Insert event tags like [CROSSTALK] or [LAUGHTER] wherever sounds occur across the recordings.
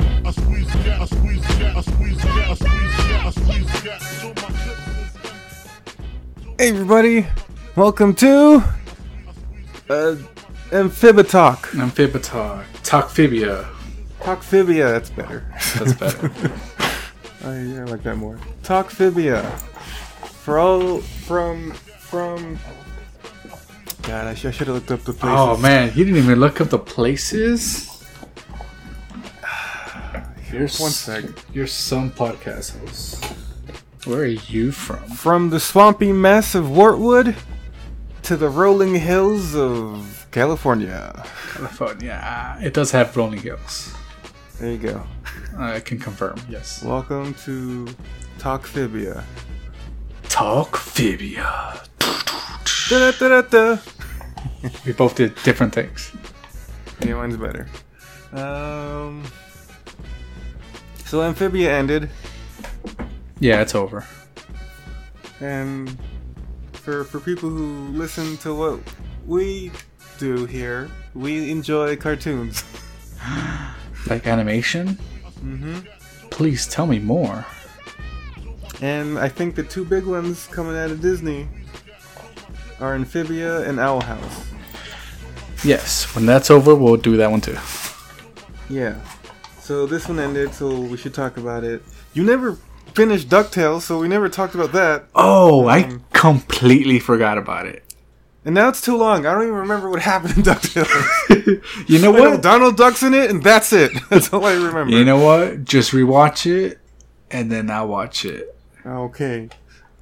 I squeeze yeah, I squeeze yeah, I squeeze yeah, I squeeze yeah, I squeeze yeah. So my clip is Hey everybody, welcome to uh, Amphibitalk. Amphibitalk. Talkphibia. Talkphibia, that's better. [LAUGHS] That's better. I, I like that more. Talkphibia. For all from from. God, I, sh- I should have looked up the places. oh man, you didn't even look up [SIGHS] the places. You're One s- sec. You're some podcast host. Where are you from? From the swampy mess of Wartwood to the rolling hills of California. California. Ah, It does have rolling hills. There you go. I can confirm. Yes. Welcome to Talkphibia. Talkphibia. Da-da-da-da-da. We both did different things. Yeah, mine's better. Um. So Amphibia ended, Yeah, it's over. and for for people who listen to what we do here, we enjoy cartoons. Like animation? hmm Please tell me more. And I think the two big ones coming out of Disney are Amphibia and Owl House. Yes, when that's over, we'll do that one too. Yeah. So this one ended, so we should talk about it. You never finished Ducktales, so we never talked about that. Oh, I Um, completely forgot about [LAUGHS] it. And now it's too long. I don't even remember what happened in [LAUGHS] Ducktales. you know I know what? Donald Duck's in it, and that's it. [LAUGHS] That's all I remember. You know what? Just rewatch it, and then I watch it. okay.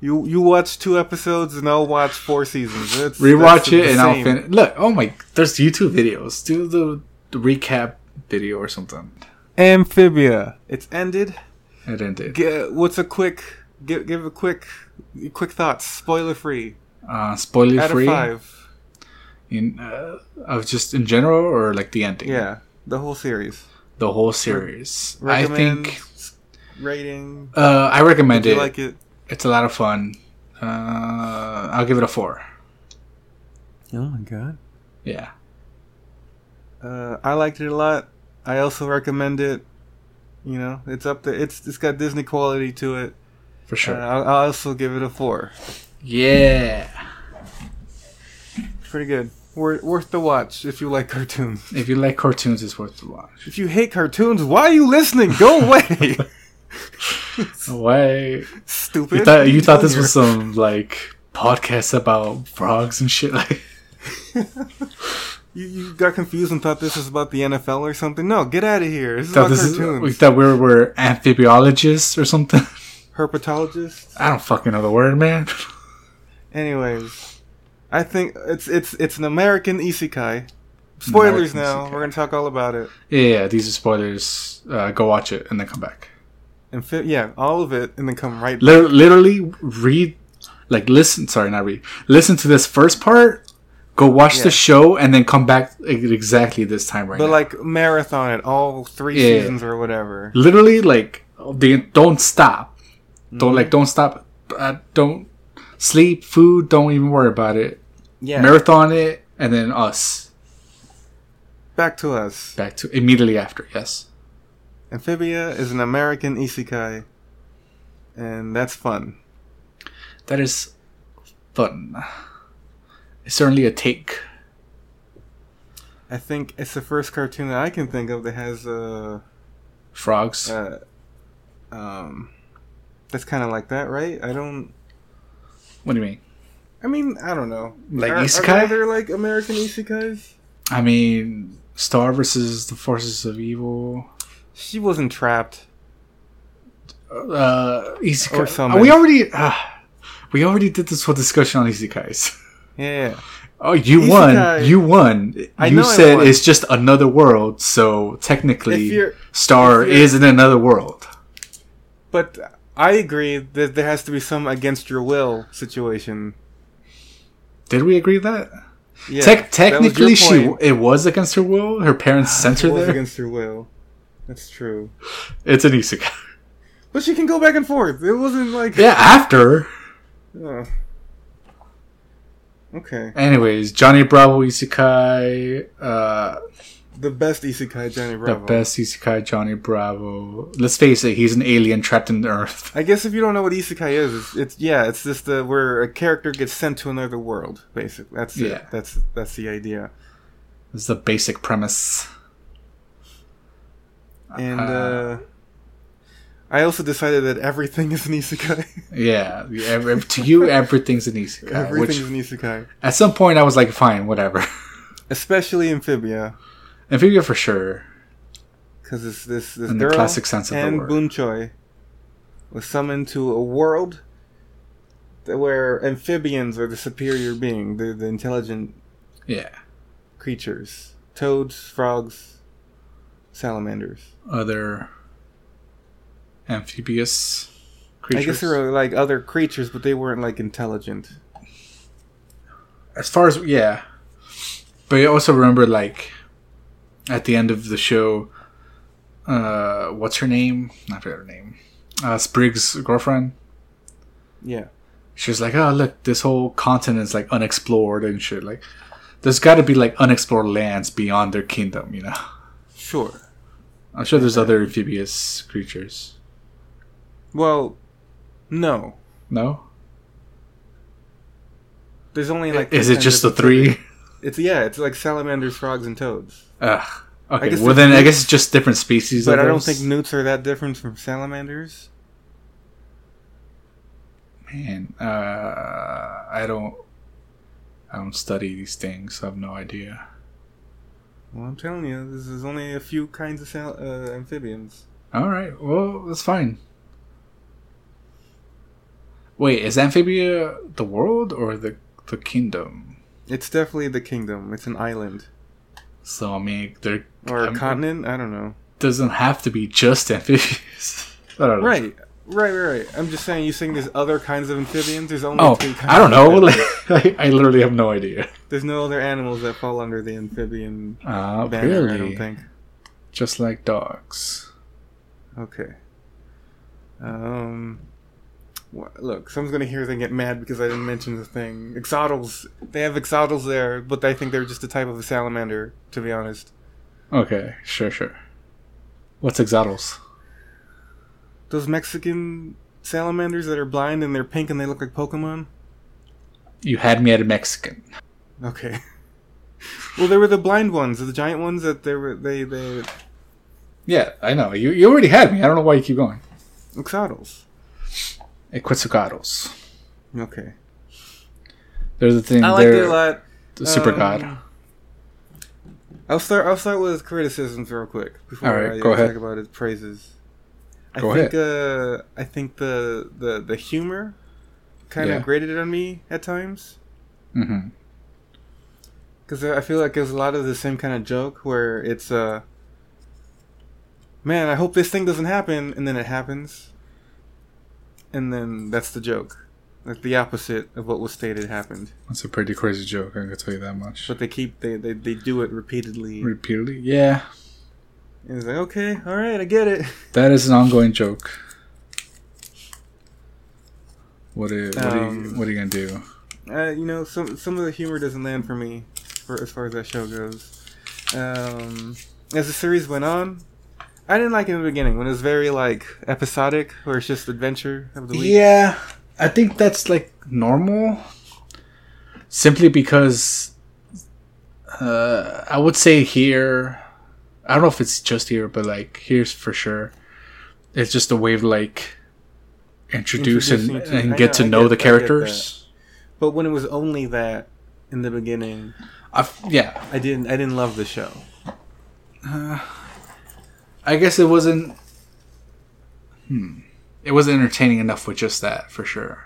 You you watch two episodes, and I'll watch four seasons. That's, that's Rewatch the it, and I'll same. finish. Look, oh my, there's YouTube videos. Do the, the recap video or something. Amphibia. It's ended. It ended. G- what's a quick? Give give a quick, quick thoughts. Spoiler free. Uh, spoiler Out of free. five. In uh, of just in general, or like the ending. Yeah, the whole series. The whole series. I Recommend think rating. uh, I recommend Do you it. like it? It's a lot of fun. Uh, I'll give it a four. Oh my god. Yeah. Uh, I liked it a lot. I also recommend it. You know, it's up there. It's it's got Disney quality to it. For Uh, sure. I'll, I'll also give it a four. yeah. Pretty good. Wor- worth the watch if you like cartoons. If you like cartoons, it's worth the watch. If you hate cartoons, why are you listening? [LAUGHS] Go away, Why? stupid. You thought you You're thought this was younger. some like podcast about frogs and shit. [LAUGHS] Like, [LAUGHS] You, you got confused and thought this was about the NFL or something. No, get out of here. This is thought about this is, we cartoons. thought we were amphibiologists or something. [LAUGHS] Herpetologists. I don't fucking know the word, man. [LAUGHS] Anyways, I think it's it's it's an American isekai. Spoilers American now. isekai. We're gonna talk all about it. Yeah, yeah, these are spoilers. Uh, go watch it and then come back. And fi- yeah, all of it, and then come right. Lit- literally read, like listen. Sorry, not read. Listen to this first part. Go watch Yeah. the show and then come back e- exactly this time right But now. like marathon it all three Yeah. seasons or whatever. literally like they don't stop Mm-hmm. don't like don't stop uh, don't sleep food don't even worry about it Yeah. marathon it and then us Back to us. back to immediately after yes Amphibia is an American isekai, and that's fun. that is fun it's certainly a take I think it's the first cartoon that I can think of that has a, frogs uh um, that's kind of like that, right? I don't. what do you mean I mean, I don't know. Like Are- are, isekai? there other, like American isekais? i mean star versus the forces of evil She wasn't trapped. uh Or isekai. summon. we already uh, we already did this whole discussion on [LAUGHS] isekais Yeah. Oh, you Isekai- won! You won! I you know I said won. it's just another world, so technically, If you're- Star if you're- is in another world. But I agree that there has to be some against your will situation. Did we agree that? Yeah, that Tec- was your technically, she point. it was against her will. Her parents [SIGHS] sent It her was there. against her will. That's true. It's an isekai. But she can go back and forth. It wasn't like uh, yeah, after. Ugh. okay. Anyways, Johnny Bravo isekai. Uh, the best isekai Johnny The Bravo. best isekai Johnny Bravo. Let's face it, he's an alien trapped [LAUGHS] in Earth. I guess if you don't know what isekai is, it's, it's yeah, it's just the, where a character gets sent to another world. Basically, that's Yeah. it. That's that's the idea. This is the basic premise. And uh, Uh. I also decided that everything is an isekai. [LAUGHS] Yeah, the- ev- to you, everything's an isekai. everything Which is an isekai, at some point I was like, fine, whatever. especially Amphibia, Amphibia for sure. because it's this this In the girl classic sense of the and word. Bunchoi was summoned to a world that where amphibians are the superior being, the the intelligent Yeah. creatures, toads, frogs, salamanders. Other amphibious creatures. I guess there were like other creatures, but they weren't like intelligent. as far as yeah but i also remember like at the end of the show uh what's her name not her name uh spriggs girlfriend Yeah, she was like oh look this whole continent's like unexplored and shit like there's got to be like unexplored lands beyond their kingdom you know sure. i'm sure there's other amphibious creatures Well, no. no There's only like is two it kinds just the of three It's yeah, it's like salamanders, frogs, and toads. Ugh. okay guess well the then i three- guess it's just different species But of I don't those. think newts are that different from salamanders. Man, uh, I don't, I don't study these things. so I have no idea. Well, I'm telling you, this is only a few kinds of sal- uh, amphibians. All right, well, that's fine. Wait, is amphibia the world or the the kingdom? It's definitely the kingdom. It's an island So I mean, there or a um, continent. I don't know. doesn't have to be just [LAUGHS] amphibious. I don't know. Right, right, right, right. I'm just saying. You saying there's other kinds of amphibians? There's only Oh, two kinds. I don't know. of Like, [LAUGHS] amphibians. I, I literally have no idea. there's no other animals that fall under the amphibian Uh, banner. really? I don't think. Just like dogs. Okay. Um. wh- Look, someone's gonna hear they get mad because I didn't mention the thing. Exodals. They have exodals there, but I think they're just a type of a salamander. To be honest, Okay, sure, sure. What's exotos? those Mexican salamanders that are blind and they're pink and they look like Pokemon. You had me at a Mexican. Okay. [LAUGHS] well, they were the blind ones, the giant ones that they were. They they Yeah, I know. You you already had me. I don't know why you keep going. exodals. Quetzalcoatlus. Okay. They're the thing. I liked they're it a lot. the super Um, god. I'll start. I'll start with criticisms real quick before All right, I go talk ahead. about his praises. I Go think uh, I think the the the humor kind Yeah. of grated on me at times Mm-hmm. because I feel like there's a lot of the same kind of joke where it's uh, man, I hope this thing doesn't happen, and then it happens, and then that's the joke, like the opposite of what was stated happened. That's a pretty crazy joke. I can tell you that much. But they keep they they, they do it repeatedly, Repeatedly, yeah, and it's like okay, all right, I get it. that is an ongoing joke. What are, what, are you, Um, what are you gonna do? uh, you know, some some of the humor doesn't land for me, for as far as that show goes. Um, as the series went on, I didn't like it in the beginning when it was very like episodic, where it's just adventure of the week. Yeah, I think that's like normal. Simply because uh, I would say here, I don't know if it's just here, but like here's for sure. It's just a way of like introduce and, Introducing to- and I get to know, I know get- the I get characters. But when it was only that in the beginning, I f yeah, Uh, I didn't I didn't love the show. I guess it wasn't. Hmm, it wasn't entertaining enough with just that for sure.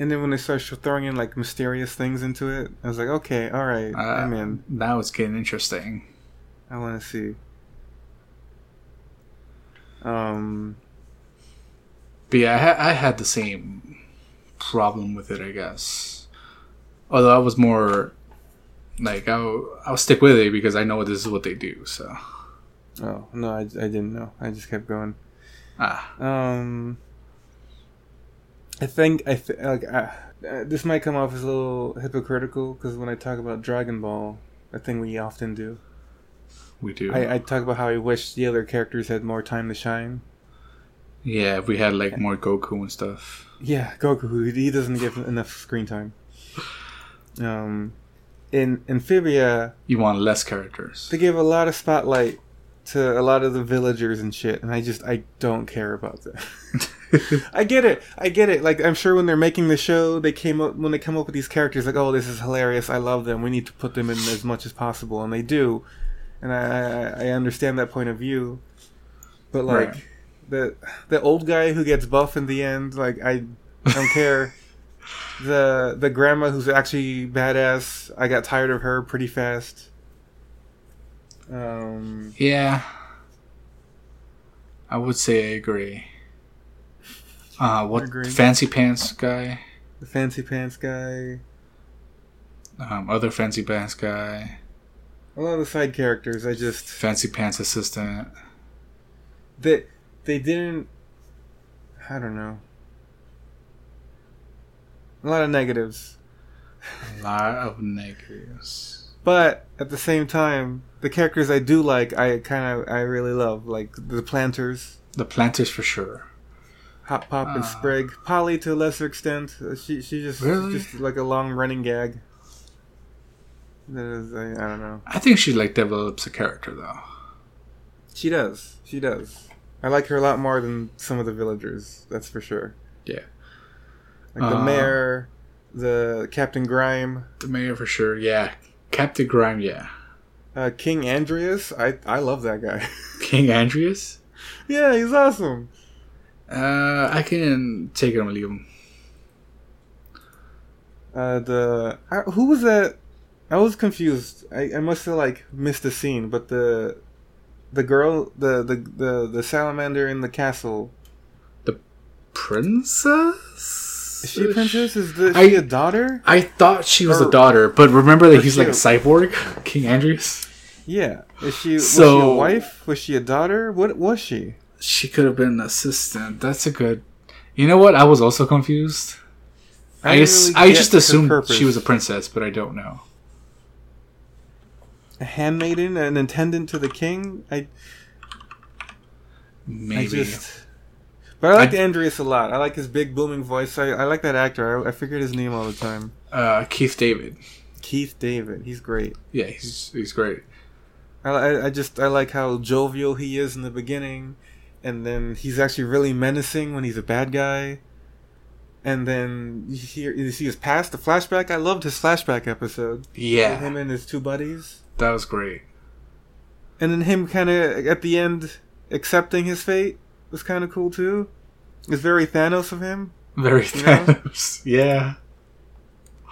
And then when they started sh- throwing in like mysterious things into it, I was like, okay, all right, Uh, I'm in. Now it's getting interesting. I want to see. Um, But yeah, I, ha- I had the same problem with it, I guess. Although I was more like I'll I'll stick with it because I know this is what they do. So oh no, I, I didn't know. I just kept going. ah, Um, I think I th- like uh, uh, this might come off as a little hypocritical because when I talk about Dragon Ball, a thing we often do, We do. I, I talk about how I wish the other characters had more time to shine. yeah, we had like more Goku and stuff. Yeah, Goku. He doesn't get enough screen time. Um, in Amphibia, You want less characters. they give a lot of spotlight to a lot of the villagers and shit, and I just I don't care about [LAUGHS] that. I get it. I get it. Like I'm sure when they're making the show, they came up when they come up with these characters, like, oh, this is hilarious. I love them. We need to put them in as much as possible, and they do. And I I, I understand that point of view, but like Right. the the old guy who gets buff in the end, like I don't care. the the grandma who's actually badass, I got tired of her pretty fast. Um, [LAUGHS] yeah, I would say I agree. Uh, what Agree. fancy pants guy? the fancy pants guy. Um, other fancy pants guy. A lot of the side characters, I just Fancy pants assistant. they they didn't i don't know a lot of negatives A lot of negatives. but at the same time the characters i do like i kind of i really love like the planters The planters for sure. hop pop Ah. and sprig polly to a lesser extent Uh, she she just Really? just like a long running gag that is, I, I don't know I think she like develops a character though. she does she does i like her a lot more than some of the villagers that's for sure Yeah. like the Uh. mayor the captain grime The mayor for sure. Yeah. Captain Grime. Yeah. Uh, King Andreas, I I love that guy. [LAUGHS] King Andreas. yeah, he's awesome. Uh, I can take him or leave him. Uh, the I, who was that? I was confused. I, I must have like missed a scene, but the the girl, the the the, the salamander in the castle. Princess. Is she a princess? Is, the, is I- she a daughter? I thought she was a Or- daughter, but remember that or he's she like a a- cyborg, King Andreas. Yeah. Is she was she So- a wife? Was she a daughter? What was she? She could have been an assistant. That's a good. You know what? I was also confused. I didn't guess really I get just her assumed purpose. she was a princess, but I don't know. a handmaiden, an attendant to the king. I Maybe. I just. But I liked I- Andreas a lot. I like his big booming voice. I, I like that actor. I, I forget his name all the time. uh, Keith David. Keith David. He's great. Yeah, he's he's great. I, I, I just I like how jovial he is in the beginning, and then he's actually really menacing when he's a bad guy. And then you hear you see his past, the flashback. I loved his flashback episode. Yeah, Him and his two buddies, that was great. and then him kind of at the end accepting his fate was kind of cool too. It's very Thanos of him. Very You know? Thanos. [LAUGHS] Yeah,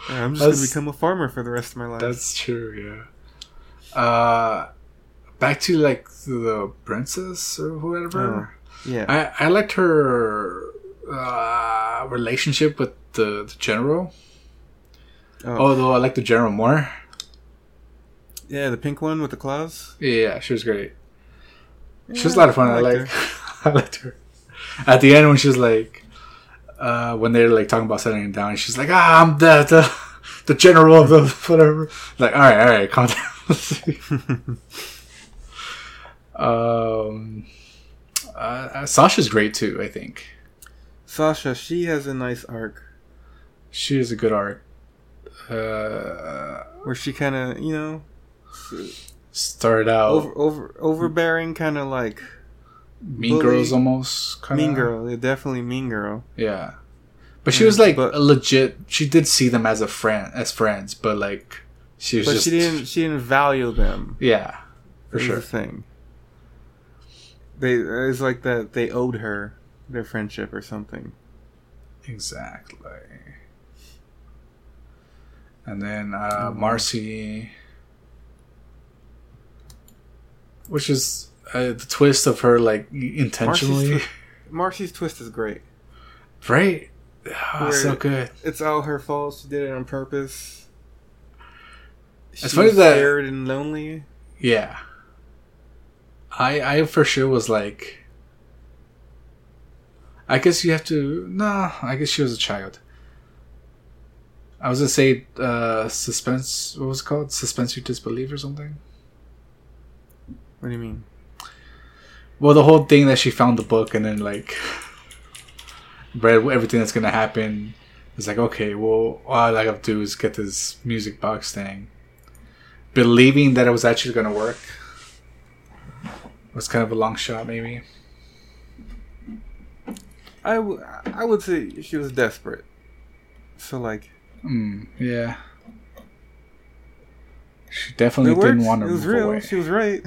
Yeah, Uh, I'm just That's- gonna become a farmer for the rest of my life. that's true. Yeah. Uh, back to like the princess or whoever. yeah, I I liked her uh, relationship with the, the general. Oh. Although I like the general more. yeah. The pink one with the claws. Yeah, she was great. She was a Yeah, lot of fun. I, liked like. [LAUGHS] I liked her. At the end, when she was like, uh, when they're like talking about settling down, and she's like, "Ah, I'm the the, the general of the whatever." Like, all right, all right, calm down. [LAUGHS] um, uh, uh, Sasha's great too. I think [LAUGHS] Sasha. She has a nice arc. she is a good art. Uh, where she kind of you know started out over over overbearing kind of like Mean bully- Girls almost kind mean girl yeah, definitely mean girl Yeah. But she Yeah, was like but- a legit she did see them as a friend as friends, but like she was but just she didn't she didn't value them Yeah. For is sure. the thing they it's like that they owed her their friendship or something Exactly. And then uh Marcy which is uh, the twist of her like intentionally marcy's twist is great right? Ah, so Where- good. it's all her fault she did it on purpose She's funny that- scared and lonely Yeah. I I for sure was like I guess you have to no, I guess she was a child. I was gonna say uh suspense what was it called? Suspense your disbelief or something? What do you mean? Well, the whole thing that she found the book and then like [LAUGHS] read everything that's gonna happen. It's like okay, well, all I have to do is get this music box thing, believing that it was actually gonna work. Was kind of a long shot, maybe. I, w- I would say she was desperate. So like Mm, yeah, she it definitely worked. didn't want to It was move real. away. [LAUGHS] She was right.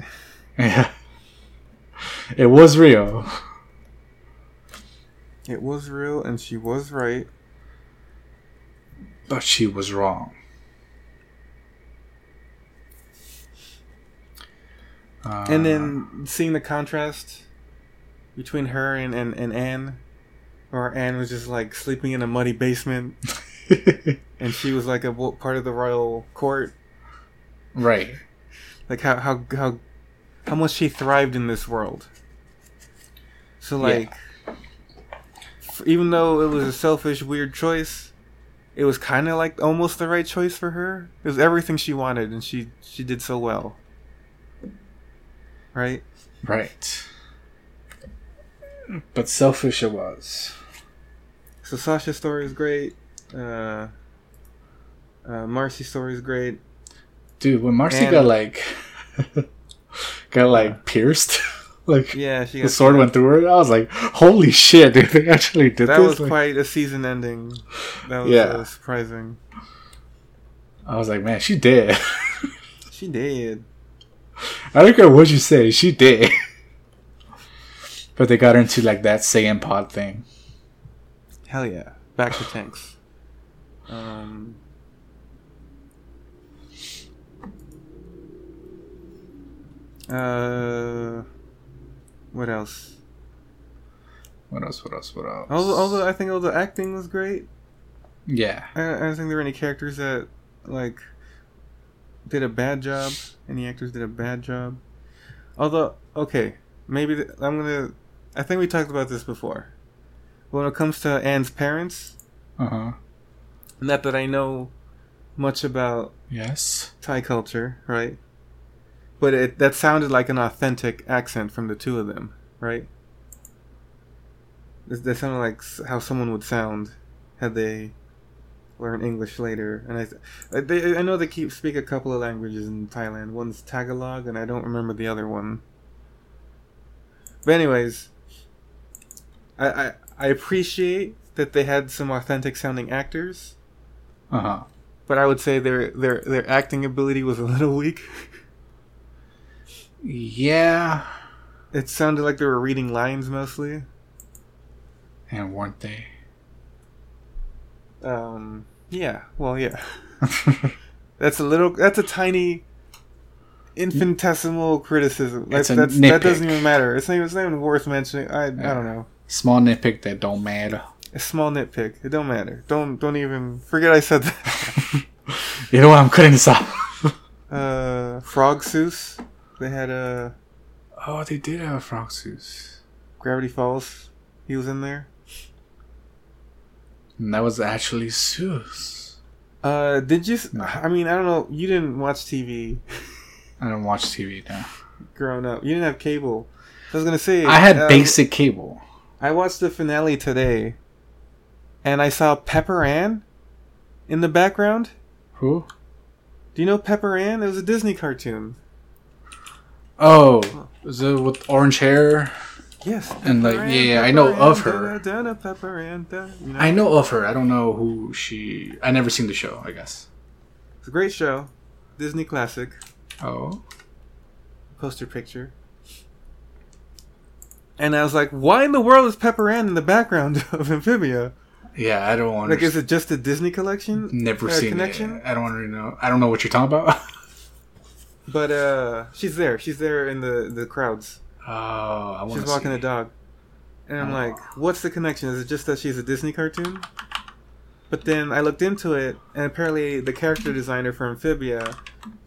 Yeah, it was real. It was real, and she was right. but she was wrong. Uh, and then seeing the contrast between her and, and, and Anne, where Anne was just like sleeping in a muddy basement, Uh, and she was like a wo- part of the royal court. [LAUGHS] right, Like how how how how much she thrived in this world. So like, f- even though it was a selfish, weird choice, it was kind of like almost the right choice for her. It was everything she wanted, and she she did so well. Right. right. But selfish it was. So Sasha's story is great. Uh, uh, Marcy's story is great. Dude, when Marcy And- got like [LAUGHS] got like pierced, [LAUGHS] like Yeah, she the got, sword went through her, I was like, holy shit, dude, they actually did that this. was Like, quite a season ending. That was Yeah. uh, surprising. I was like, man, she did. She did. [LAUGHS] I don't care what you say, she did. [LAUGHS] but they got into like that Saiyan pod thing. Hell yeah. Back to tanks. Um, uh, what else? What else? What else? What else? Although, although I think all the acting was great. yeah, I, I don't think there were any characters that like did a bad job. Any actors did a bad job. Although, okay, maybe th- I'm gonna. I think we talked about this before. When it comes to Anne's parents, uh huh, not that I know much about yes, Thai culture, right? But it that sounded like an authentic accent from the two of them, right? That that sounded like s- how someone would sound had they learned English later. And I, th- I- they, I know they keep speak a couple of languages in Thailand. One's Tagalog, and I don't remember the other one. But anyways, I I, I appreciate that they had some authentic sounding actors uh huh. but I would say their their their acting ability was a little [LAUGHS] weak. Yeah, It sounded like they were reading lines mostly. and weren't they? [LAUGHS] Um, yeah, well, yeah, that's a little that's a tiny infinitesimal criticism. That's, It's a that's that doesn't nitpick. even matter. It's not, even- it's not even worth mentioning. I I don't know. Small nitpick that don't matter. A small nitpick. It don't matter. Don't don't even forget I said that. [LAUGHS] You know what? I'm cutting this off. [LAUGHS] Uh, Frog Seuss. They had uh, a oh, they did have Froxus. Gravity Falls. He was in there. And that was actually Seuss. Uh, did you? s- No. I mean, I don't know. You didn't watch TV. I don't watch TV now. growing up. You didn't have cable. So I was gonna say I had uh, basic cable. I watched the finale today, and I saw Pepper Ann in the background. Who? Do you know Pepper Ann? It was a Disney cartoon. Oh, is it with orange hair? Yes. And, like, Pepper yeah, I Pepper know of Da, her. da, da, Pepper Ann, da, you know? I know of her. I don't know who she. I never seen the show. I guess. It's a great show, Disney classic. Oh. poster picture. And I was like, why in the world is Pepper Ann in the background [LAUGHS] of Amphibia? Yeah, I don't want. Like, is it just a Disney collection? Never uh, seen connection? it. I don't want to know. I don't know what you're talking about. [LAUGHS] But uh, she's there. She's there in the the crowds. oh, I want She's to walking see. the dog, and I'm Oh. like, "What's the connection? Is it just that she's a Disney cartoon?" But then I looked into it, and apparently the character designer for Amphibia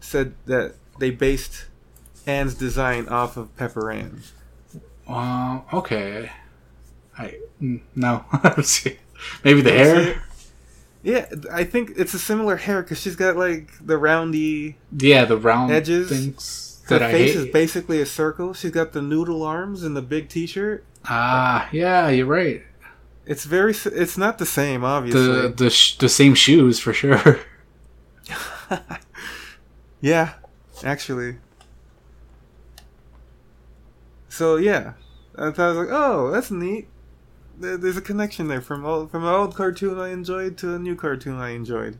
said that they based Anne's design off of Pepper Ann. Um. Okay. I mm, no. [LAUGHS] I don't see. it. Maybe the don't see hair. Yeah, I think it's a similar hair because she's got like the roundy. Yeah, the round Edges? things. Her that I face is hate. basically a circle. She's got the noodle arms and the big T-shirt. Ah, yeah, you're right. It's very. s- It's not the same, obviously. The the sh- the same shoes for sure. [LAUGHS] [LAUGHS] Yeah, actually. So yeah, I thought I was like, oh, that's neat. There- There's a connection there from old, from an old cartoon I enjoyed to a new cartoon I enjoyed.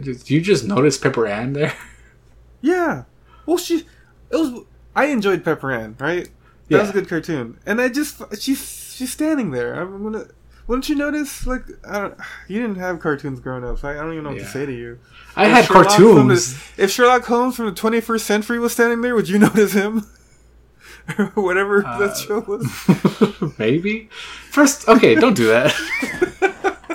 Did you just notice Pepper Ann there? [LAUGHS] Yeah. Well, she, it was. I enjoyed Pepper Ann, right? That was a Yeah. good cartoon, and I just she's she's standing there. I'm gonna. Wouldn't you notice? Like, I don't. You didn't have cartoons growing up. So I, I don't even know what Yeah. to say to you. I If had Sherlock from the- cartoons. if Sherlock Holmes from the 21st century was standing there, would you [LAUGHS] notice him? Or Whatever Uh, that show was. [LAUGHS] [LAUGHS] Maybe. First, okay, don't do that. [LAUGHS]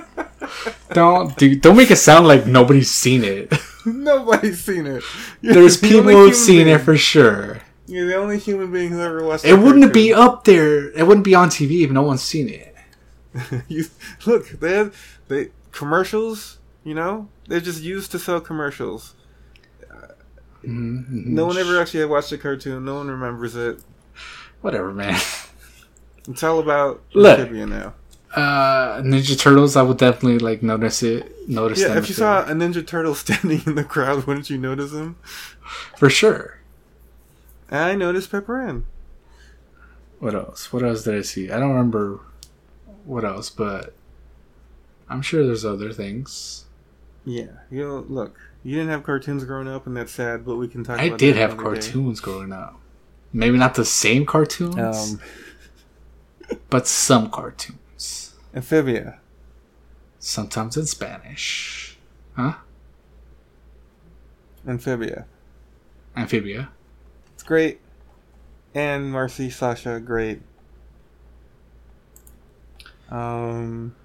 don't do. Don't make it sound like nobody's seen it. [LAUGHS] Nobody's seen it. [LAUGHS] You're There's the only people who've human seen being- it for sure. You're the only human being who ever watched. It that wouldn't be cartoon. up there. It wouldn't be on TV if no one's seen it. [LAUGHS] you, look, they had, they commercials. You know, they're just used to sell commercials. Mhm, mhm. No one ever actually watched the cartoon. No one remembers it. Whatever, man. [LAUGHS] It's all about Look. Amphibia now. Uh, Ninja Turtles. I would definitely like notice it. Notice Yeah, them if you they're- saw a Ninja Turtle [LAUGHS] standing in the crowd, wouldn't you notice him? for sure. I noticed Pepper Ann. What else? What else did I see? I don't remember what else, but I'm sure there's other things. Yeah, you know, look, you didn't have cartoons growing up, and that's sad. But we can talk. I about did that have another day. cartoons growing up. Maybe not the same cartoons, Um, but some cartoons. Amphibia. Sometimes in Spanish. Amphibia. Amphibia. It's great. And Marcy, Sasha, great. Um,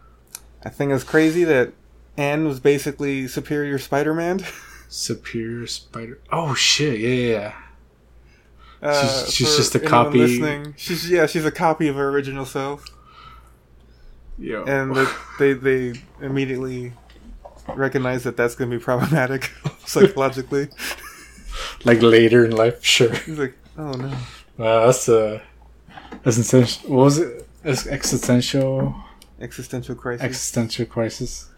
I think it's crazy that Anne was basically superior Spider-Man. [LAUGHS] Superior Spider. Oh shit! Yeah, yeah, yeah. Uh, She's- she's for just a anyone copy. listening, She's yeah, she's a copy of her original self, Yo. [LAUGHS] and they they, they immediately recognize that that's going to be problematic [LAUGHS] psychologically. like later in life, [LAUGHS] sure. He's like, oh no. Wow, that's uh, that's essential. What was it? That's existential, existential crisis. existential crisis.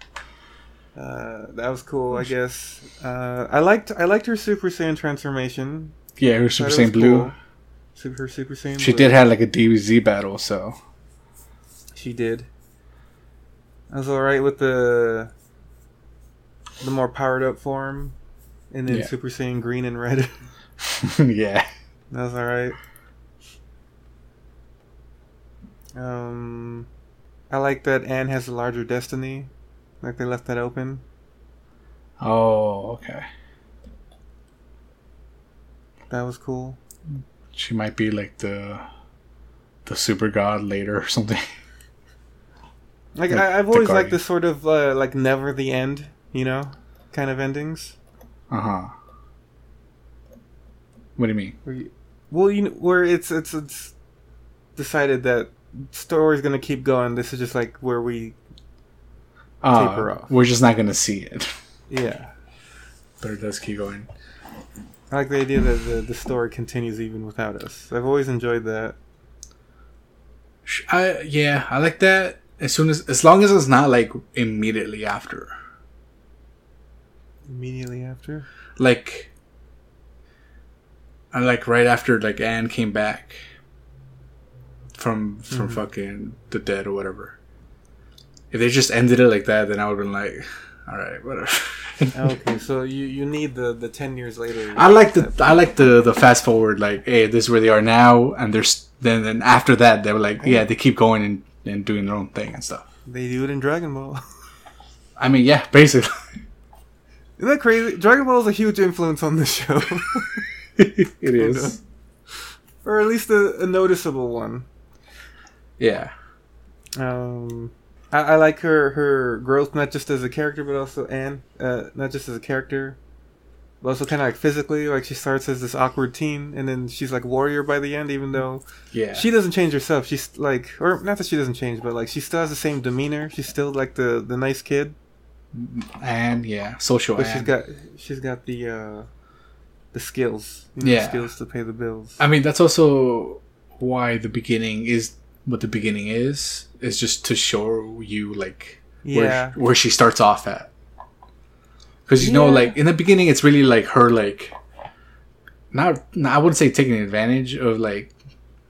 uh, that was cool, I guess. Uh, I liked I liked her Super Saiyan transformation. Yeah, her Thought Super it Saiyan was Blue. cool. Super her Super Saiyan. She Blue. did have like a DBZ battle, so [LAUGHS] She did. I was all right with the the more powered up form, and then Yeah. Super Saiyan Green and Red. [LAUGHS] yeah. That was all right. Um, I like that Anne has a larger destiny. Like they left that open. Oh, okay. That was cool. She might be like the the super god later or something. [LAUGHS] Like Like I, I've the always liked Guardian. this sort of uh, like never the end, you know, kind of endings. Uh huh. What do you mean? Where you, well, you know, where it's it's it's decided that story's gonna keep going. This is just like where we Uh, Taper off. We're just not gonna see it, [LAUGHS] yeah. but it does keep going. I like the idea that the, the story continues even without us. I've always enjoyed that. Sh- I yeah, I like that. As soon as as long as it's not like immediately after, Immediately after, like I like right after like Anne came back from from Mhm. fucking the dead or whatever. If they just ended it like that, then I would have been like, [LAUGHS] all right, whatever. okay. So you you need the the ten years later. [LAUGHS] I like the I like the the fast forward like hey this is where they are now and there's then then after that they were like yeah they keep going and, and doing their own thing and stuff. They do it in Dragon Ball. [LAUGHS] I mean yeah basically [LAUGHS] Isn't that crazy? Dragon Ball is a huge influence on this show, [LAUGHS] it is or at least a, a noticeable one. yeah Um, I, I like her her growth not just as a character, but also and uh, not just as a character, but also kind of like physically. Like she starts as this awkward teen, and then she's like warrior by the end. Even though yeah she doesn't change herself, she's like, or not that she doesn't change, but like she still has the same demeanor. She's still like the the nice kid, and yeah social but and she's got she's got the uh, the skills. You know, Yeah. skills to pay the bills. I mean, that's also why the beginning is what the beginning is. Is just to show you like yeah. where where she starts off at. Because you know, Yeah. like in the beginning, it's really like her like not, not I wouldn't say taking advantage of like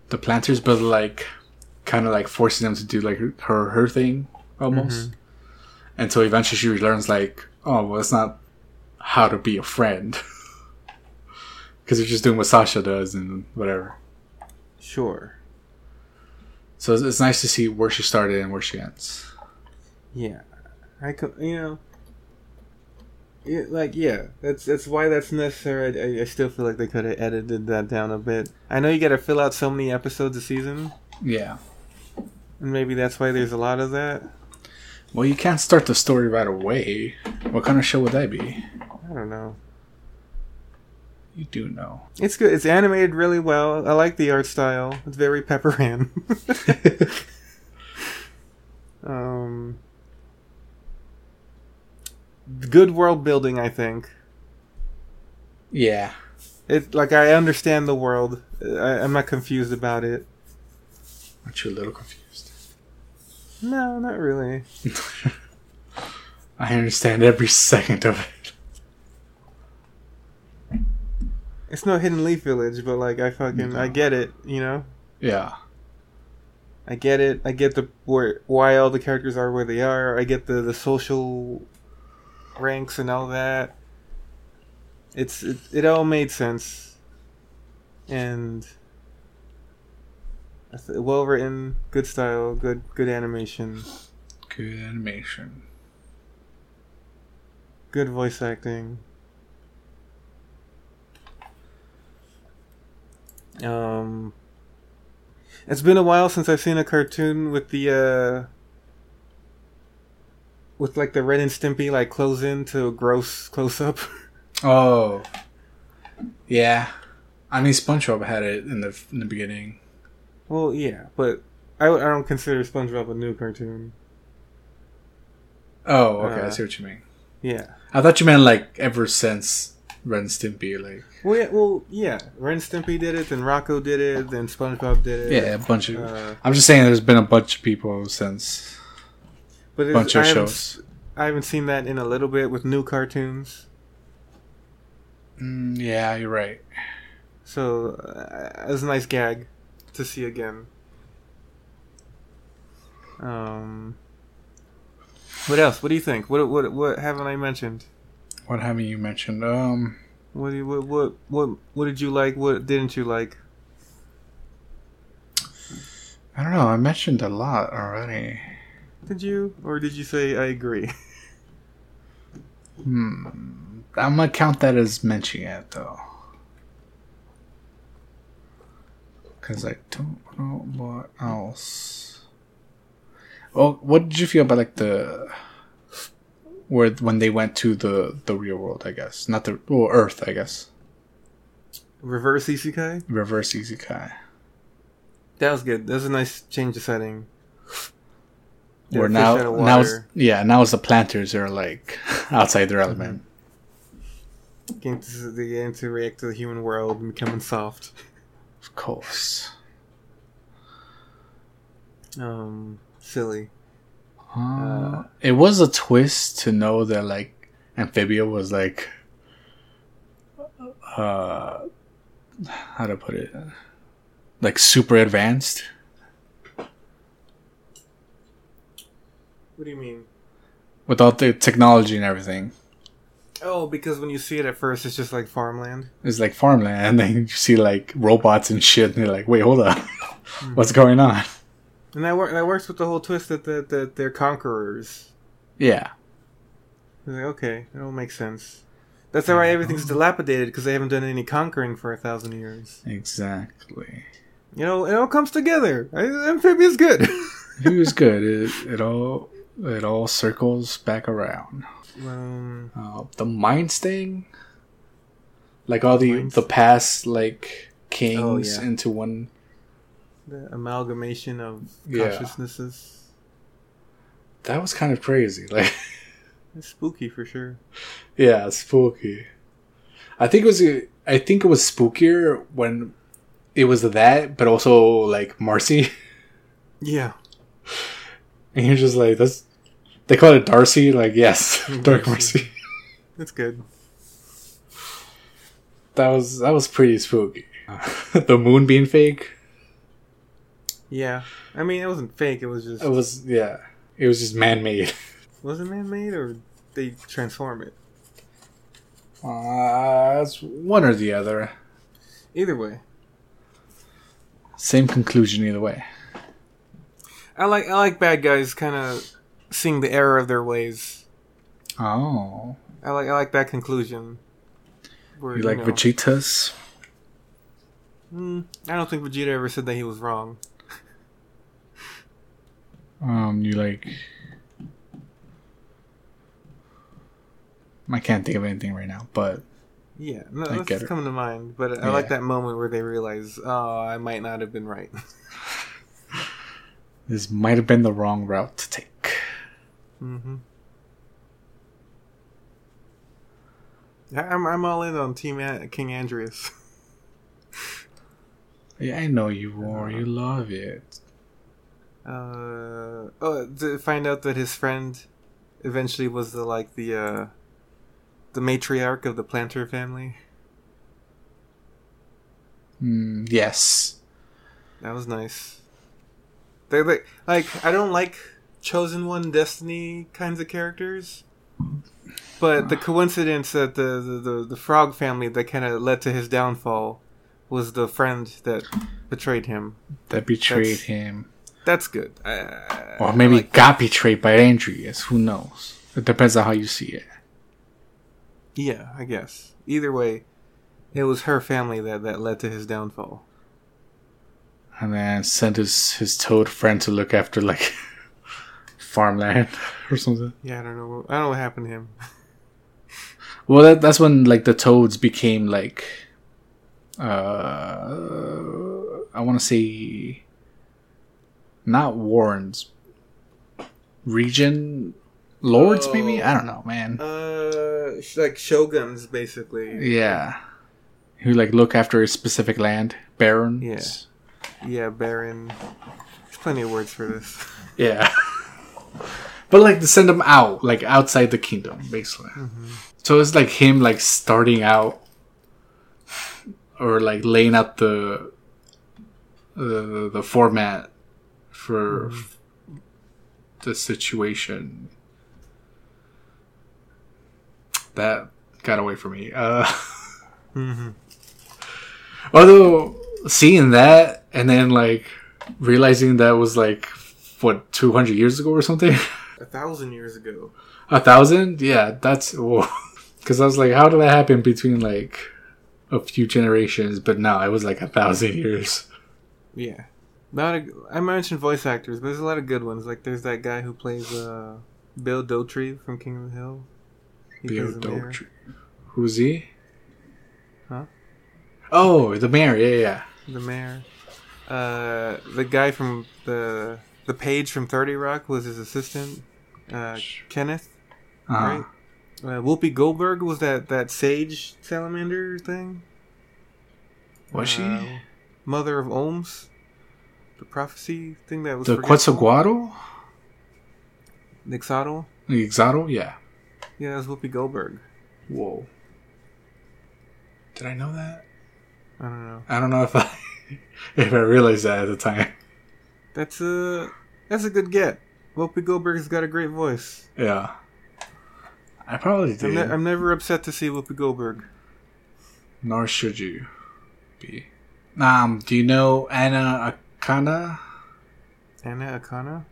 the planters, but like kind of like forcing them to do like her her thing Mm-hmm. almost. And so eventually she learns like, oh well, that's not how to be a friend. [LAUGHS] Because they're just doing what Sasha does and whatever. Sure. So it's, it's nice to see where she started and where she ends. Yeah. I could, you know. It, like yeah, that's that's why that's necessary. I, I still feel like they could have edited that down a bit. I know you got to fill out so many episodes a season, Yeah. and maybe that's why there's a lot of that. Well, you can't start the story right away. What kind of show would that be? I don't know. You do know. It's good. It's animated really well. I like the art style. It's very Pepperan. um, good world building. I think Yeah. it. Like I understand the world. I, I'm not confused about it. Aren't you a little confused? No, not really. I understand every [LAUGHS] second of it. It's no Hidden Leaf Village, but like I fucking I get it. You know, Yeah. I get it. I get the where why all the characters are where they are. I get the the social ranks and all that. It's it, it all made sense, and I th- well written, good style, good good animation, Good animation. good voice acting. Um, it's been a while since I've seen a cartoon with the uh, with like the Red and Stimpy like close in to gross close up. [LAUGHS] Oh. Yeah. I mean, SpongeBob had it in the in the beginning. well, yeah, but I, I don't consider SpongeBob a new cartoon. Oh, okay. I Uh. see what you mean. Yeah. I thought you meant like ever since Ren and Stimpy, like Well, yeah, well, yeah. Ren and Stimpy did it, then Rocco did it, then SpongeBob did yeah, a it. bunch of. Uh, I'm just saying, there's been a bunch of people since but a it's, bunch I of haven't shows. I haven't seen that in a little bit with new cartoons. Mm, yeah, you're right. So uh, it was a nice gag to see again. Um, what else? What do you think? What what what haven't I mentioned? What haven't you mentioned? Um, What do you, what, what what what did you like? What didn't you like? I don't know. I mentioned a lot already. Did you or did you say I agree? [LAUGHS] Hmm. I'm gonna count that as mentioning it though, because I don't know what else. Well, what did you feel about like the where when they went to the the real world? I guess not the well Earth. I guess Reverse isekai. reverse isekai. That was good. That was a nice change of setting. Yeah, Where fish now out of now it's, water. yeah now it's the planters are like [LAUGHS] outside their element. Getting to, getting to react to the human world and becoming soft. Of course. Um, silly. Uh, it was a twist to know that like amphibia was like uh how to put it like super advanced What do you mean? with all the technology and everything Oh, because when you see it at first, it's just like farmland. it's like farmland and then you see like robots and shit and you're like wait hold on [LAUGHS] what's going on And that, wor- that works with the whole twist that, that, that they're conquerors. yeah It's like, okay, that all makes sense. That's why everything's dilapidated, because they haven't done any conquering for a thousand years. exactly You know, it all comes together. I- Amphibia's good. [LAUGHS] it was good it, it all it all circles back around um, Uh, the mines thing, like all the Mines? the past like kings Oh, yeah. into one. the amalgamation of Yeah. consciousnesses. That was kind of crazy. [LAUGHS] Like, It's spooky for sure. yeah, spooky. I think it was I think it was spookier when it was that, but also like Marcy. [LAUGHS] Yeah. And you're just like, that's they call it Darcy, [LAUGHS] like yes, [LAUGHS] Dark Darcy. Marcy. That's good. That was that was pretty spooky. [LAUGHS] the moon being fake. Yeah. I mean, it wasn't fake. It was just It was yeah. It was just man made. was it man made or they transform it. [LAUGHS] Uh, it's one or the other. Either way, Same conclusion either way. I like I like bad guys kind of seeing the error of their ways. Oh, I like I like that conclusion. Where, you, like know, Vegeta's? mm, I don't think Vegeta ever said that he was wrong. Um, you like? I can't think of anything right now, but Yeah, no, I that's get it. coming to mind. But I like Yeah. that moment where they realize, oh, I might not have been right. [LAUGHS] this might have been the wrong route to take. mm-hmm. I'm I'm all in on Team An- King Andreas. [LAUGHS] Yeah, I know you are. You love it. Uh, oh, to find out that his friend eventually was the like the uh, the matriarch of the planter family. Mm, yes. That was nice. They like like I don't like chosen one destiny kinds of characters, but the coincidence that the the, the, the frog family that kind of led to his downfall was the friend that betrayed him. That betrayed That's- him, That's good. I, or maybe I like- got betrayed by Andreas. Who knows? It depends on how you see it. yeah, I guess. Either way, it was her family that that led to his downfall. And then sent his his toad friend to look after like [LAUGHS] farmland [LAUGHS] or something. Yeah, I don't know. I don't know what happened to him. Well, that, that's when like the toads became like, uh, I want to say, not warrens, region lords maybe. Oh. I don't know, man. Uh, sh- like shoguns, basically. Yeah, who like look after a specific land, barons. Yeah. Yeah, Baron. There's plenty of words for this. Yeah. [LAUGHS] but like to send him out, like outside the kingdom, basically. So it's like him like starting out or like laying out the the, the format for the situation. That got away from me. Uh [LAUGHS] Mm-hmm. Although seeing that and then like realizing that was like what two hundred years ago or something, A thousand years ago. a thousand, yeah, that's [LAUGHS] because I was like, how did that happen between like a few generations? But no, it was like a thousand years. Yeah. Not a, I mentioned voice actors, but there's a lot of good ones. Like there's that guy who plays uh, Bill Dotrey from King of the Hill. He Bill plays the mayor. Daltrey. who's he? Huh? Oh, the mayor. Yeah, yeah. The mayor. Uh, the guy from the the page from Thirty Rock was his assistant, uh, Kenneth. yeah. Uh, Right. Uh, Whoopi Goldberg was that that sage salamander thing. Was she Uh, mother of Ohms? The prophecy thing that was the forgetful? Quetzalcoatl? Nixodal? The Exotal? Yeah. Yeah, that was Whoopi Goldberg. Whoa. Did I know that? I don't know. I don't know if I [LAUGHS] if I realized that at the time. That's a that's a good get. Whoopi Goldberg's got a great voice. Yeah, I probably did. I'm, ne- I'm never upset to see Whoopi Goldberg. Nor should you be. Um, do you know Anna Akana? Anna Akana?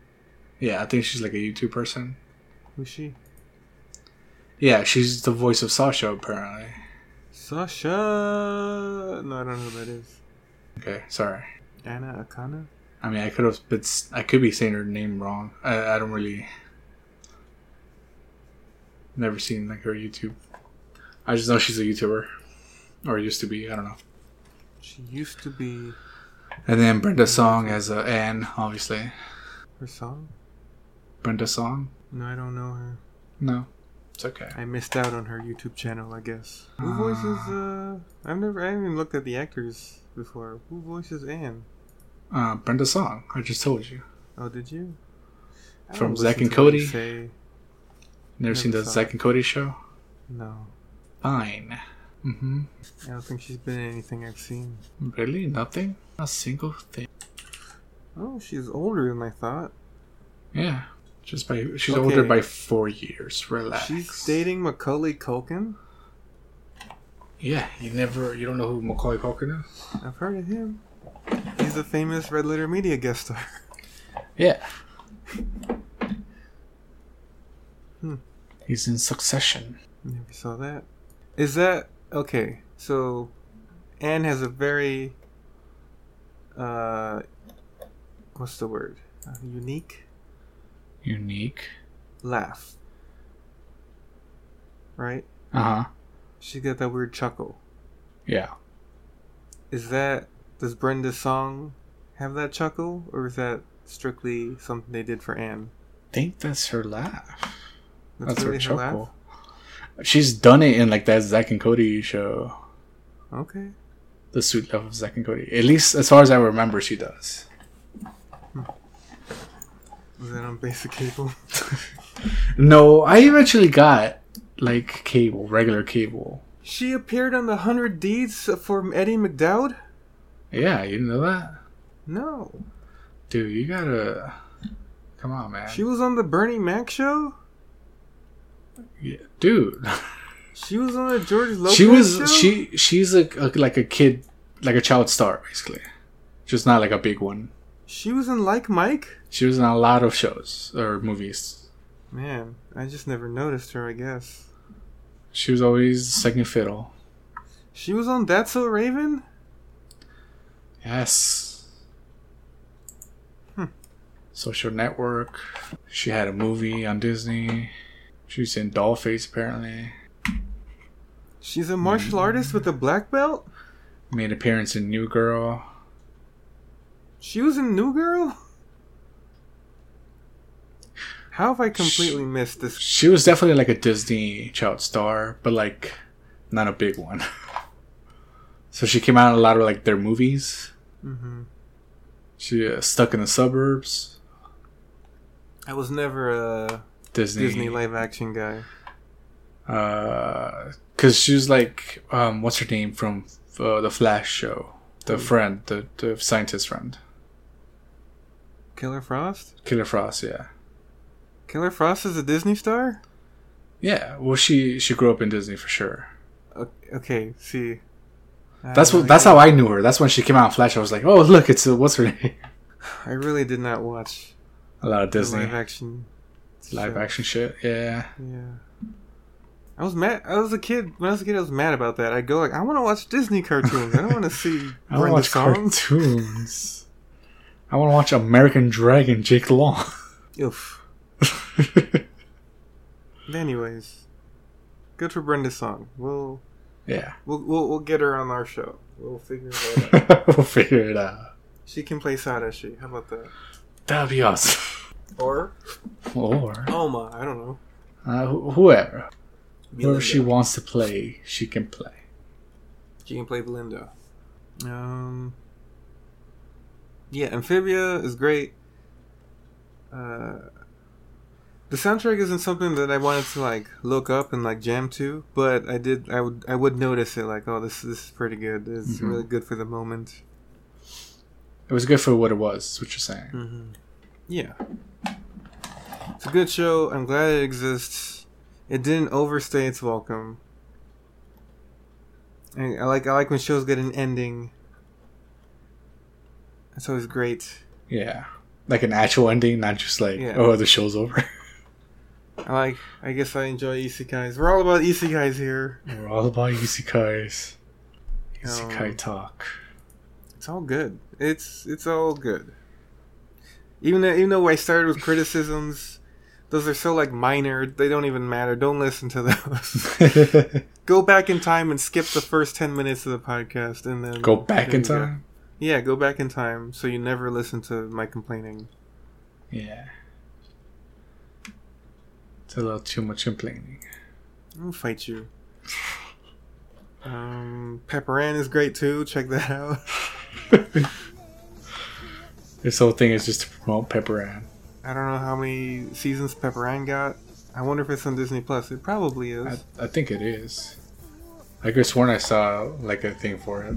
Yeah, I think she's like a YouTube person. Who's she? Yeah, she's the voice of Sasha apparently. Sasha. No, I don't know who that is. Okay, sorry. Anna Akana. I mean, I could have, but s- I could be saying her name wrong. I, I don't really. Never seen like her YouTube. I just know she's a YouTuber, or used to be. I don't know. She used to be And then Brenda Song as uh, Anne, obviously. her song. Brenda Song? No, I don't know her. No. It's okay. I missed out on her YouTube channel, I guess. Ah. Who voices? Uh, I've never, I haven't even looked at the actors before. Who voices Anne? Uh, Brenda Song. I just told you. Oh, did you? I From don't Zack listen and to what you Cody? Say Never seen the Never saw Zack it. and Cody show? no. Fine. Mm-hmm. I don't think she's been in anything I've seen. Really? Nothing? Not a single thing. Oh, she's older than I thought. Yeah. Just by she's Okay. older by four years. Relax. She's dating Macaulay Culkin. Yeah, you never you don't know who Macaulay Culkin is? I've heard of him. He's a famous Red Letter Media guest star. [LAUGHS] Yeah. Hmm. He's in succession. Never saw that. Is that okay? So, Anne has a very, uh, what's the word? Uh, unique Unique. laugh. Right? Uh-huh. She got that weird chuckle. Yeah. Is that does Brenda's song have that chuckle, or is that strictly something they did for Anne? think that's her laugh. That's, her really her laugh? chuckle. She's done it in like that Zack and Cody show. Okay. The suit love of Zack and Cody. At least as far as I remember she does. Was that on basic cable? No, I eventually got like cable, regular cable. [LAUGHS] she appeared on the Hundred Deeds for Eddie McDowd. Yeah, you didn't know that? No. Dude, you gotta come on man. She was on the Bernie Mac show. Yeah, dude. She was on the George Lopez. she was show? she she's a, a like a kid like a child star basically. Just not like a big one. She was in Like Mike. She was in a lot of shows or movies. Man, I just never noticed her. I guess She was always second fiddle. she was on That's So Raven. Yes. Hmm. Social Network. She had a movie on Disney. She's in Dollface apparently. She's a Mm. martial artist with a black belt. Made appearance in New Girl. She was in New Girl. How have I completely missed this? She was definitely like a Disney child star, but like not a big one. [LAUGHS] so she came out in a lot of like their movies. hmm She uh, stuck in the suburbs. I was never a Disney. Disney live action guy. because uh, she was like, um, what's her name from uh, the Flash show? The friend, the, the scientist friend, Killer Frost. Killer Frost. Yeah, Killer Frost is a Disney star. yeah. Well, she she grew up in Disney for sure. O- Okay, see. I That's don't what. That's how I knew her. That's when she came out in Flash. I was like, oh look, it's uh, what's her [LAUGHS] name? I really did not watch A lot of the Disney live action. live show. action shit. Yeah. Yeah. I was mad. I was a kid. When I was a kid, I was mad about that. I'd go like, I want to watch Disney cartoons. I don't want to see [LAUGHS] I want Brenda to watch songs. cartoons. [LAUGHS] I want to watch American Dragon, Jake Long. [LAUGHS] Oof. Anyways, good for Brenda Song. We'll yeah, [LAUGHS] we'll we'll, we'll get her on our show. We'll figure that out. we'll figure it out. she can play Sadashi. How about that? That'd [LAUGHS] be awesome. Or Or Oma. I don't know. uh, wh- whoever. Whoever Belinda. she wants to play, she can play. She can play Belinda. Um. Yeah, Amphibia is great. Uh, the soundtrack isn't something that I wanted to like look up and like jam to, but I did. I would. I would notice it. Like, oh, this this is pretty good. It's Mhm. really good for the moment. It was good for what it was, is what you're saying. Mm-hmm. Yeah, it's a good show. I'm glad it exists. It didn't overstay its welcome. I, I like. I like when shows get an ending. That's always great. Yeah. Like an actual ending, not just like, Yeah. oh, the show's over. [LAUGHS] I like. I guess I enjoy isekais. We're all about isekais here. We're all about isekais. Isekai Um, [LAUGHS] talk. It's all good. It's it's all good. Even though even though I started with criticisms, those are so like minor. They don't even matter. Don't listen to those. [LAUGHS] go back in time and skip the first 10 minutes of the podcast and then Go back there in you go. time? yeah go back in time so you never listen to my complaining Yeah. It's a little too much complaining. [LAUGHS] I'm gonna fight you. Um, Pepperan is great too. Check that [LAUGHS] out. This whole thing is just to promote Pepperan. I don't know how many seasons Pepperan got. I wonder if it's on Disney Plus. It probably is. I, I think it is. I could sworn I saw like a thing for it.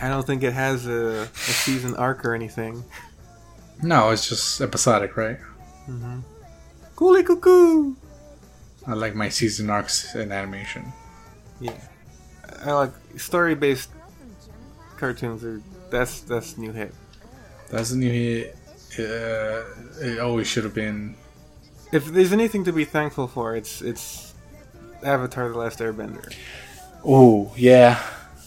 I don't think it has a, a season arc or anything. No, it's just episodic, right? Mm-hmm. Coolie cuckoo. I like my season arcs in animation. I like story-based cartoons. Are that's that's new hit. Doesn't it? Uh, it always should have been. If there's anything to be thankful for, it's it's Avatar: The Last Airbender. Oh yeah,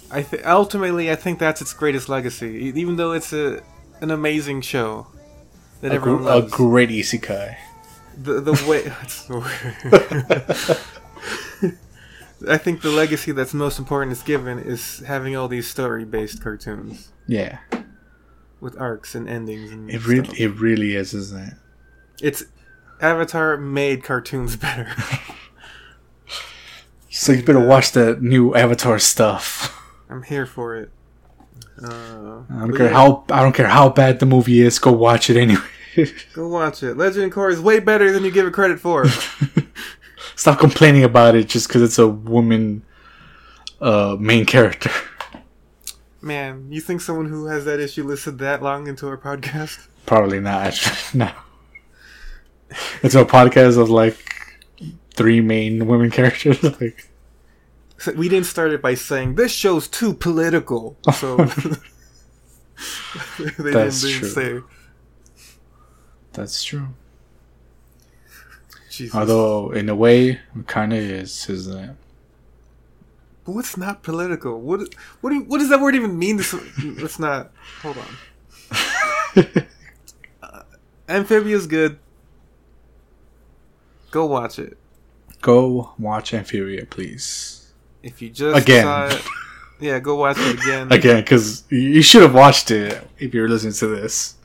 I th- ultimately I think that's its greatest legacy, e- even though it's a an amazing show that a, gr- everyone a loves. great isekai. [LAUGHS] the the way [LAUGHS] that's the word. [LAUGHS] I think the legacy that's most important is given is having all these story-based cartoons Yeah, with arcs and endings and it stuff. really, it really is, isn't it? it's Avatar made cartoons [LAUGHS] better. So you better watch the new Avatar stuff. I'm here for it. Uh, I don't but care yeah, how I don't care how bad the movie is. Go watch it anyway. Go watch it. Legend Core is way better than you give it credit [LAUGHS] for. Stop complaining about it just because it's a woman uh, main character. [LAUGHS] Man, you think someone who has that issue listened that long into our podcast? Probably not. Actually, [LAUGHS] no. It's a podcast of like three main women characters. [LAUGHS] Like, So we didn't start it by saying this show's too political. [LAUGHS] So [LAUGHS] they That's didn't, true. didn't say. that's true. Jesus. Although, in a way, it kind of is, isn't it? but what's not political? What what do you, what does that word even mean? To some, let's not. Hold on. Amphibia's good. Go watch it. Go watch Amphibia, please. If you just Again. saw it, yeah, go watch it again. [LAUGHS] Again, because you should have watched it if you're listening to this.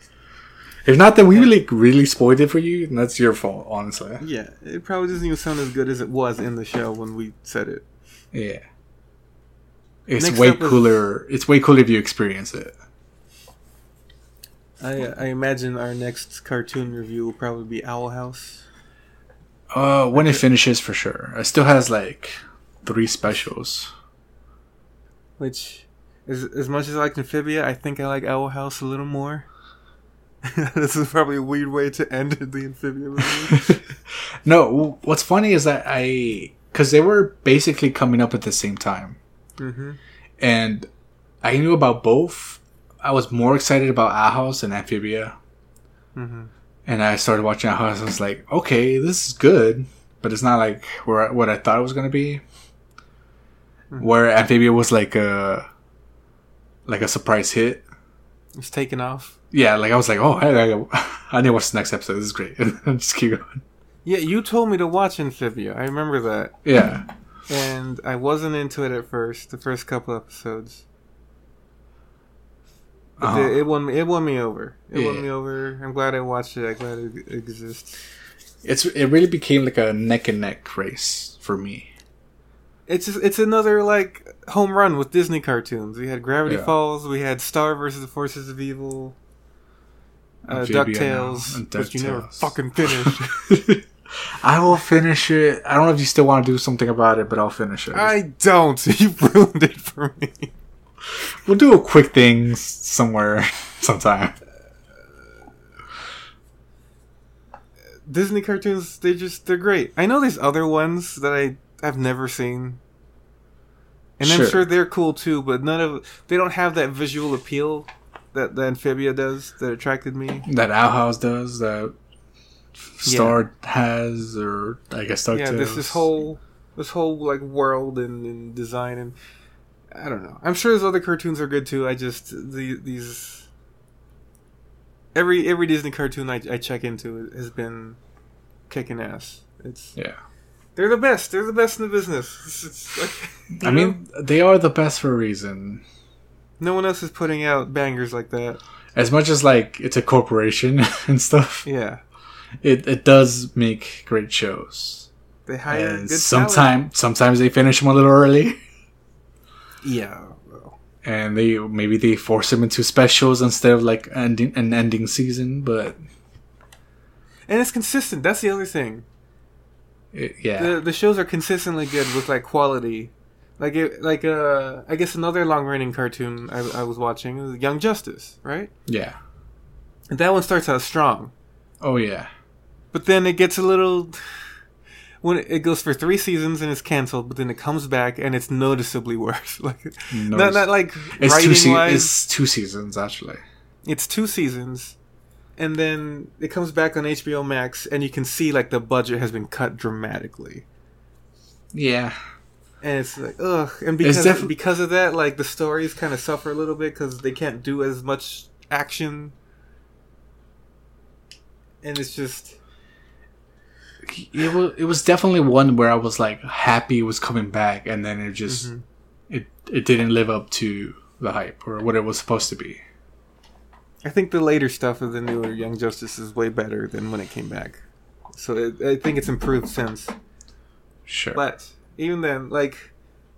If not, then we really, really spoiled it for you, and that's your fault, honestly. Yeah, it probably doesn't even sound as good as it was in the show when we said it. Yeah. It's Next way up is- cooler. It's way cooler if you experience it. I I imagine our next cartoon review will probably be Owl House. Uh, when it finishes, for sure. It still has like [LAUGHS] three specials. Which, as as much as I like Amphibia, I think I like Owl House a little more. [LAUGHS] this is probably a weird way to end [LAUGHS] the Amphibia review. no, what's funny is that I, because they were basically coming up at the same time, mm-hmm. and I knew about both. I was more excited about Our House and Amphibia, Mm-hmm. and I started watching Our House. And I was like, okay, this is good, but it's not like where I- what I thought it was gonna be. Hmm. Where Amphibia was like a, like a surprise hit. It's taken off. Yeah, like I was like, oh, I, [LAUGHS] I, I need to watch the next episode. This is great. [LAUGHS] And I just keep going. Yeah, you told me to watch Amphibia. I remember that. Yeah. and I wasn't into it at first, the first couple episodes. But Uh-huh. the- Hmm. it won me. It won me over. It Yeah. won me over. I'm glad I watched it. I'm glad it exists. it's it really became like a neck and neck race for me. It's just, it's another like home run with Disney cartoons. We had Gravity Yeah. Falls. We had Star versus the Forces of Evil. Uh, Amphibia now, Ducktales, and which you never DuckTales. fucking [LAUGHS] finished. [LAUGHS] I will finish it. I don't know if you still want to do something about it, but I'll finish it. I don't. [LAUGHS] You ruined it for me. we'll do a quick thing s- somewhere [LAUGHS] sometime. Disney cartoons, they just they're great. I know there's other ones that I I've never seen. And Sure. I'm sure they're cool too, but none of they don't have that visual appeal that the amphibia does that attracted me. That Owl House does that. Star has, or I guess Ducktales. yeah, this this whole this whole like world and, and design and I don't know. I'm sure those other cartoons are good too. I just the these every every Disney cartoon I, I check into has been kicking ass. It's Yeah. They're the best. They're the best in the business. It's, it's [LAUGHS] like, I you know, mean, they are the best for a reason. no one else is putting out bangers like that. As much as like it's a [LAUGHS] corporation and stuff, Yeah, it it does make great shows. They hire And good sometime, sometimes they finish him a little early, [LAUGHS] talent. Yeah. well, and they maybe they force him into specials instead of like ending an ending season. But And it's consistent. That's the other thing. it, yeah, The the shows are consistently good with like quality. Like it, like uh I guess another long running cartoon I, I was watching was Young Justice, right? yeah, And that one starts out strong. oh yeah, But then it gets a little when it goes for three seasons and it's canceled, but then it comes back and it's noticeably [LAUGHS] worse. Like no, not not like it's two writing se- wise. It's... it's two seasons actually. two seasons, and then it comes back on HBO Max, and you can see like the budget has been cut dramatically, Yeah, and it's like ugh. And because defi- because of that, like the stories kind of suffer a little bit because they can't do as much action, and it's just it was it was definitely one where I was like happy it was coming back, and then it just Mhm. it it didn't live up to the hype or what it was supposed to be. I think the later stuff of the newer Young Justice is way better than when it came back. So it, I think it's improved since. Sure, But even then, like,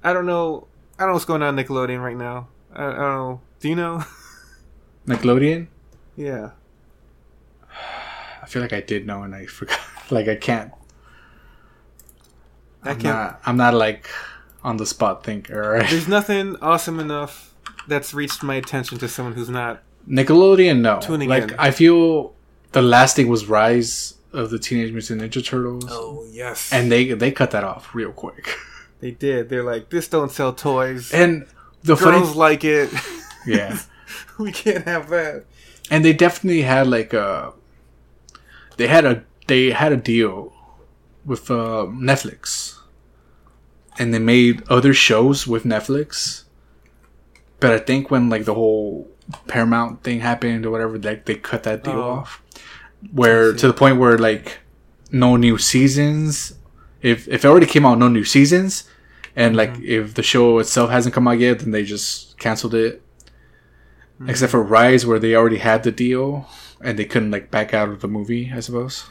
I don't know. I don't know what's going on in Nickelodeon right now. I, I don't know. Do you know? [LAUGHS] Nickelodeon. yeah. I feel like I did know and I forgot. [LAUGHS] Like I can't. I I'm can't. Not, I'm not like on the spot thinker. [LAUGHS] Right? There's nothing awesome enough that's reached my attention to someone who's not. Nickelodeon, no. Tuning like in. I feel the last thing was Rise of the Teenage Mutant Ninja Turtles, Oh. yes. And and they they cut that off real quick. [LAUGHS] they did. They're like, this don't sell toys. And the Girls funny, like it. [LAUGHS] yeah, we can't have that. and they definitely had like a they had a they had a deal with uh, Netflix, and they made other shows with Netflix. But I think when like the whole Paramount thing happened or whatever, like they cut that deal Oh. off, where I see. to the point where like no new seasons. If if it already came out, no new seasons, and like Mm-hmm. if the show itself hasn't come out yet, then they just canceled it. Except for Rise, where they already had the deal and they couldn't like back out of the movie, I suppose.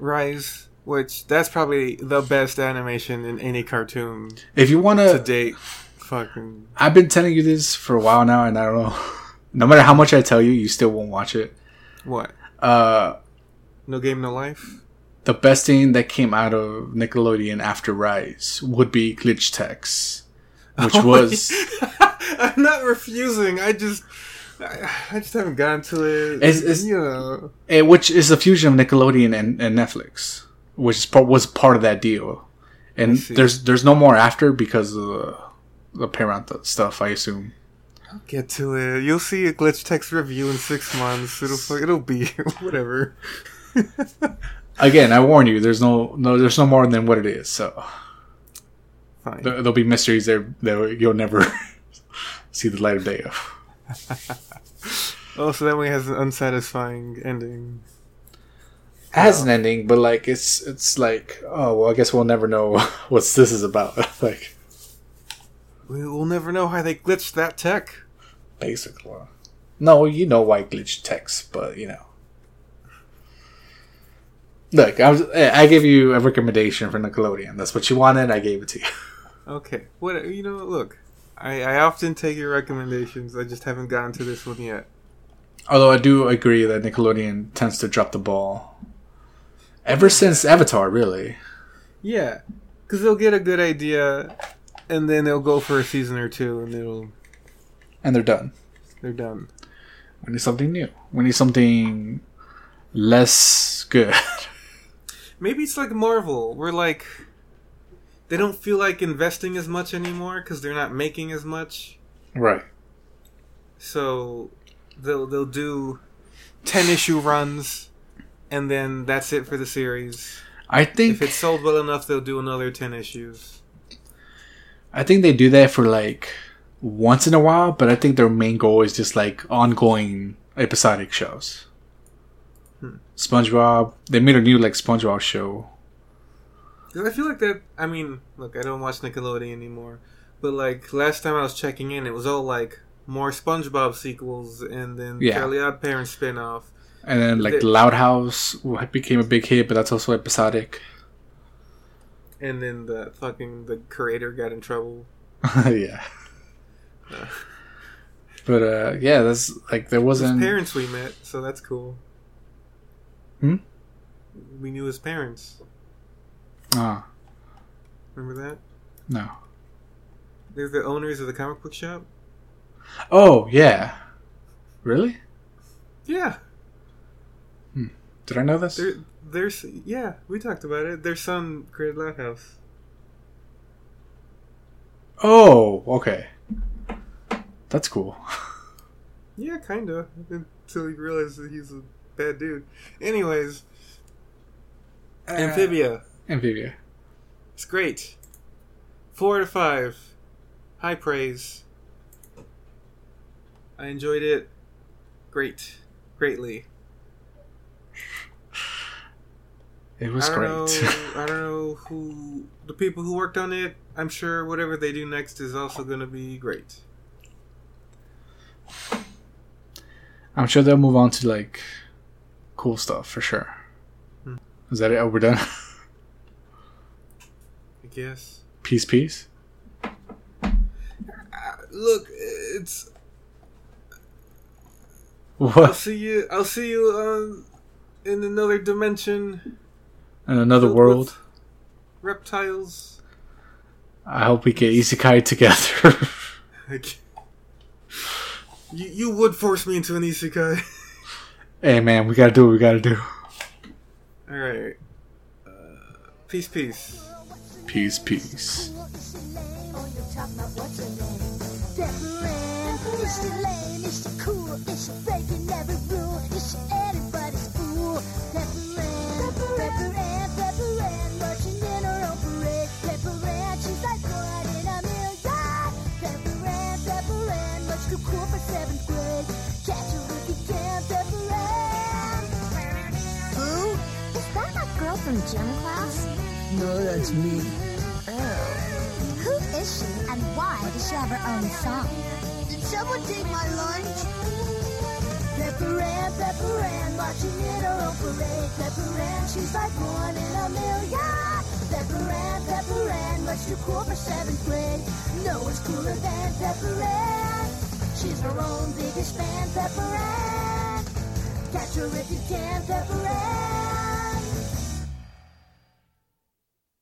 Rise, which that's probably the best animation in any cartoon If you wanna, to date. Fucking. I've been telling you this for a while now, and I don't know. [LAUGHS] no matter how much I tell you, you still won't watch it. What? Uh, No game, no life? the best thing that came out of Nickelodeon after Rise would be Glitch Tex, [LAUGHS] which Oh, was I'm not refusing. I just. I I just haven't gotten to it. It's- it's- you know. eh, which is a fusion of Nickelodeon and, and Netflix, which is part, was part of that deal. I And see. there's there's no more after because of the, the Paramount stuff, I assume. Get to it. You'll see a glitch text review in six months. It'll fu- it'll be [LAUGHS] whatever. Again, I warn you, there's no no there's no more than what it is. So. Fine. There- There'll be mysteries there that you'll never [LAUGHS] see the light of day of. Oh, so that one has an unsatisfying ending. It has an ending, but like it's it's like oh well, I guess we'll never know [LAUGHS] what this is about. [LAUGHS] like We- We'll never know how they glitched that tech. basically, no, you know why glitch text, but you know. Look, I was I I gave you a recommendation for Nickelodeon. That's what you wanted. I gave it to you. [LAUGHS] Okay. What you know? Look, I I often take your recommendations. I just haven't gotten to this one yet. Although I do agree that Nickelodeon tends to drop the ball. Ever since Avatar, really. Yeah, because they'll get a good idea, and then they'll go for a season or two, and it'll And they're done. they're done. We need something new. We need something less good. [LAUGHS] Maybe it's like Marvel, where like they don't feel like investing as much anymore because they're not making as much, right. so they'll they'll do ten issue runs, and then that's it for the series. I If think it's sold well enough, they'll do another ten issues. I think they do that for like once in a while, but I think their main goal is just like ongoing episodic shows. Hmm. SpongeBob, they made a new like SpongeBob show. 'Cause I feel like that. I mean, look, I don't watch Nickelodeon anymore, but like last time I was checking in, it was all like more SpongeBob sequels and then Yeah. Fairly Odd Parents spinoff. And then like They- Loud House w- became a big hit, but that's also episodic. and then the fucking the creator got in trouble. [LAUGHS] yeah. But uh, yeah, that's like there His wasn't. parents we met, so that's cool. Hmm? We knew his parents. Ah, Remember that? no. They're the owners of the comic book shop. Oh yeah. Really? Yeah, Did I know this? they're there's yeah. We talked about it. Their son created Loud House. Oh, okay. That's cool. Yeah, kinda. Until you realize that he's a bad dude. Anyways, Amphibia. Amphibia. It's great. Four out of five. High praise. I enjoyed it. Great. Greatly. It was I great. don't [LAUGHS] Know, I don't know who the people who worked on it. I'm sure whatever they do next is also going to be great. [LAUGHS] I'm sure they'll move on to like cool stuff for sure. Hmm. Is that it? Oh, we're done. [LAUGHS] I guess. peace, peace. Uh, look, it's. I'll What? see you. I'll see you on in another dimension. In another filled world. with Reptiles. I hope we get isekai together. [LAUGHS] Like, you you would force me into an isekai. [LAUGHS] hey man, we gotta do what we gotta do. All right. Uh, peace, peace. Peace, peace. Oh, you're talking about what's her name? Decorating. Is she lame? Is she cool? Is she breaking every rule? Is she anybody's fool? Pepperin, Pepperin, Pepperin, marching in her own parade. Pepperin, she's like one in a million. Pepperin, Pepperin, much too cool for seventh grade. Catch her if you can, Pepperin. Who? Is that that girl from gym class? No, that's me. Who is she and why does she have her own song? Did someone take my lunch? Pepperan, Pepperan, marching in her own parade. Pepperan, she's like one in a million. Pepperan, Pepperan, much too cool for seventh grade. No one's cooler than Pepperan. She's her own biggest fan, Pepperan. Catch her if you can, Pepperan.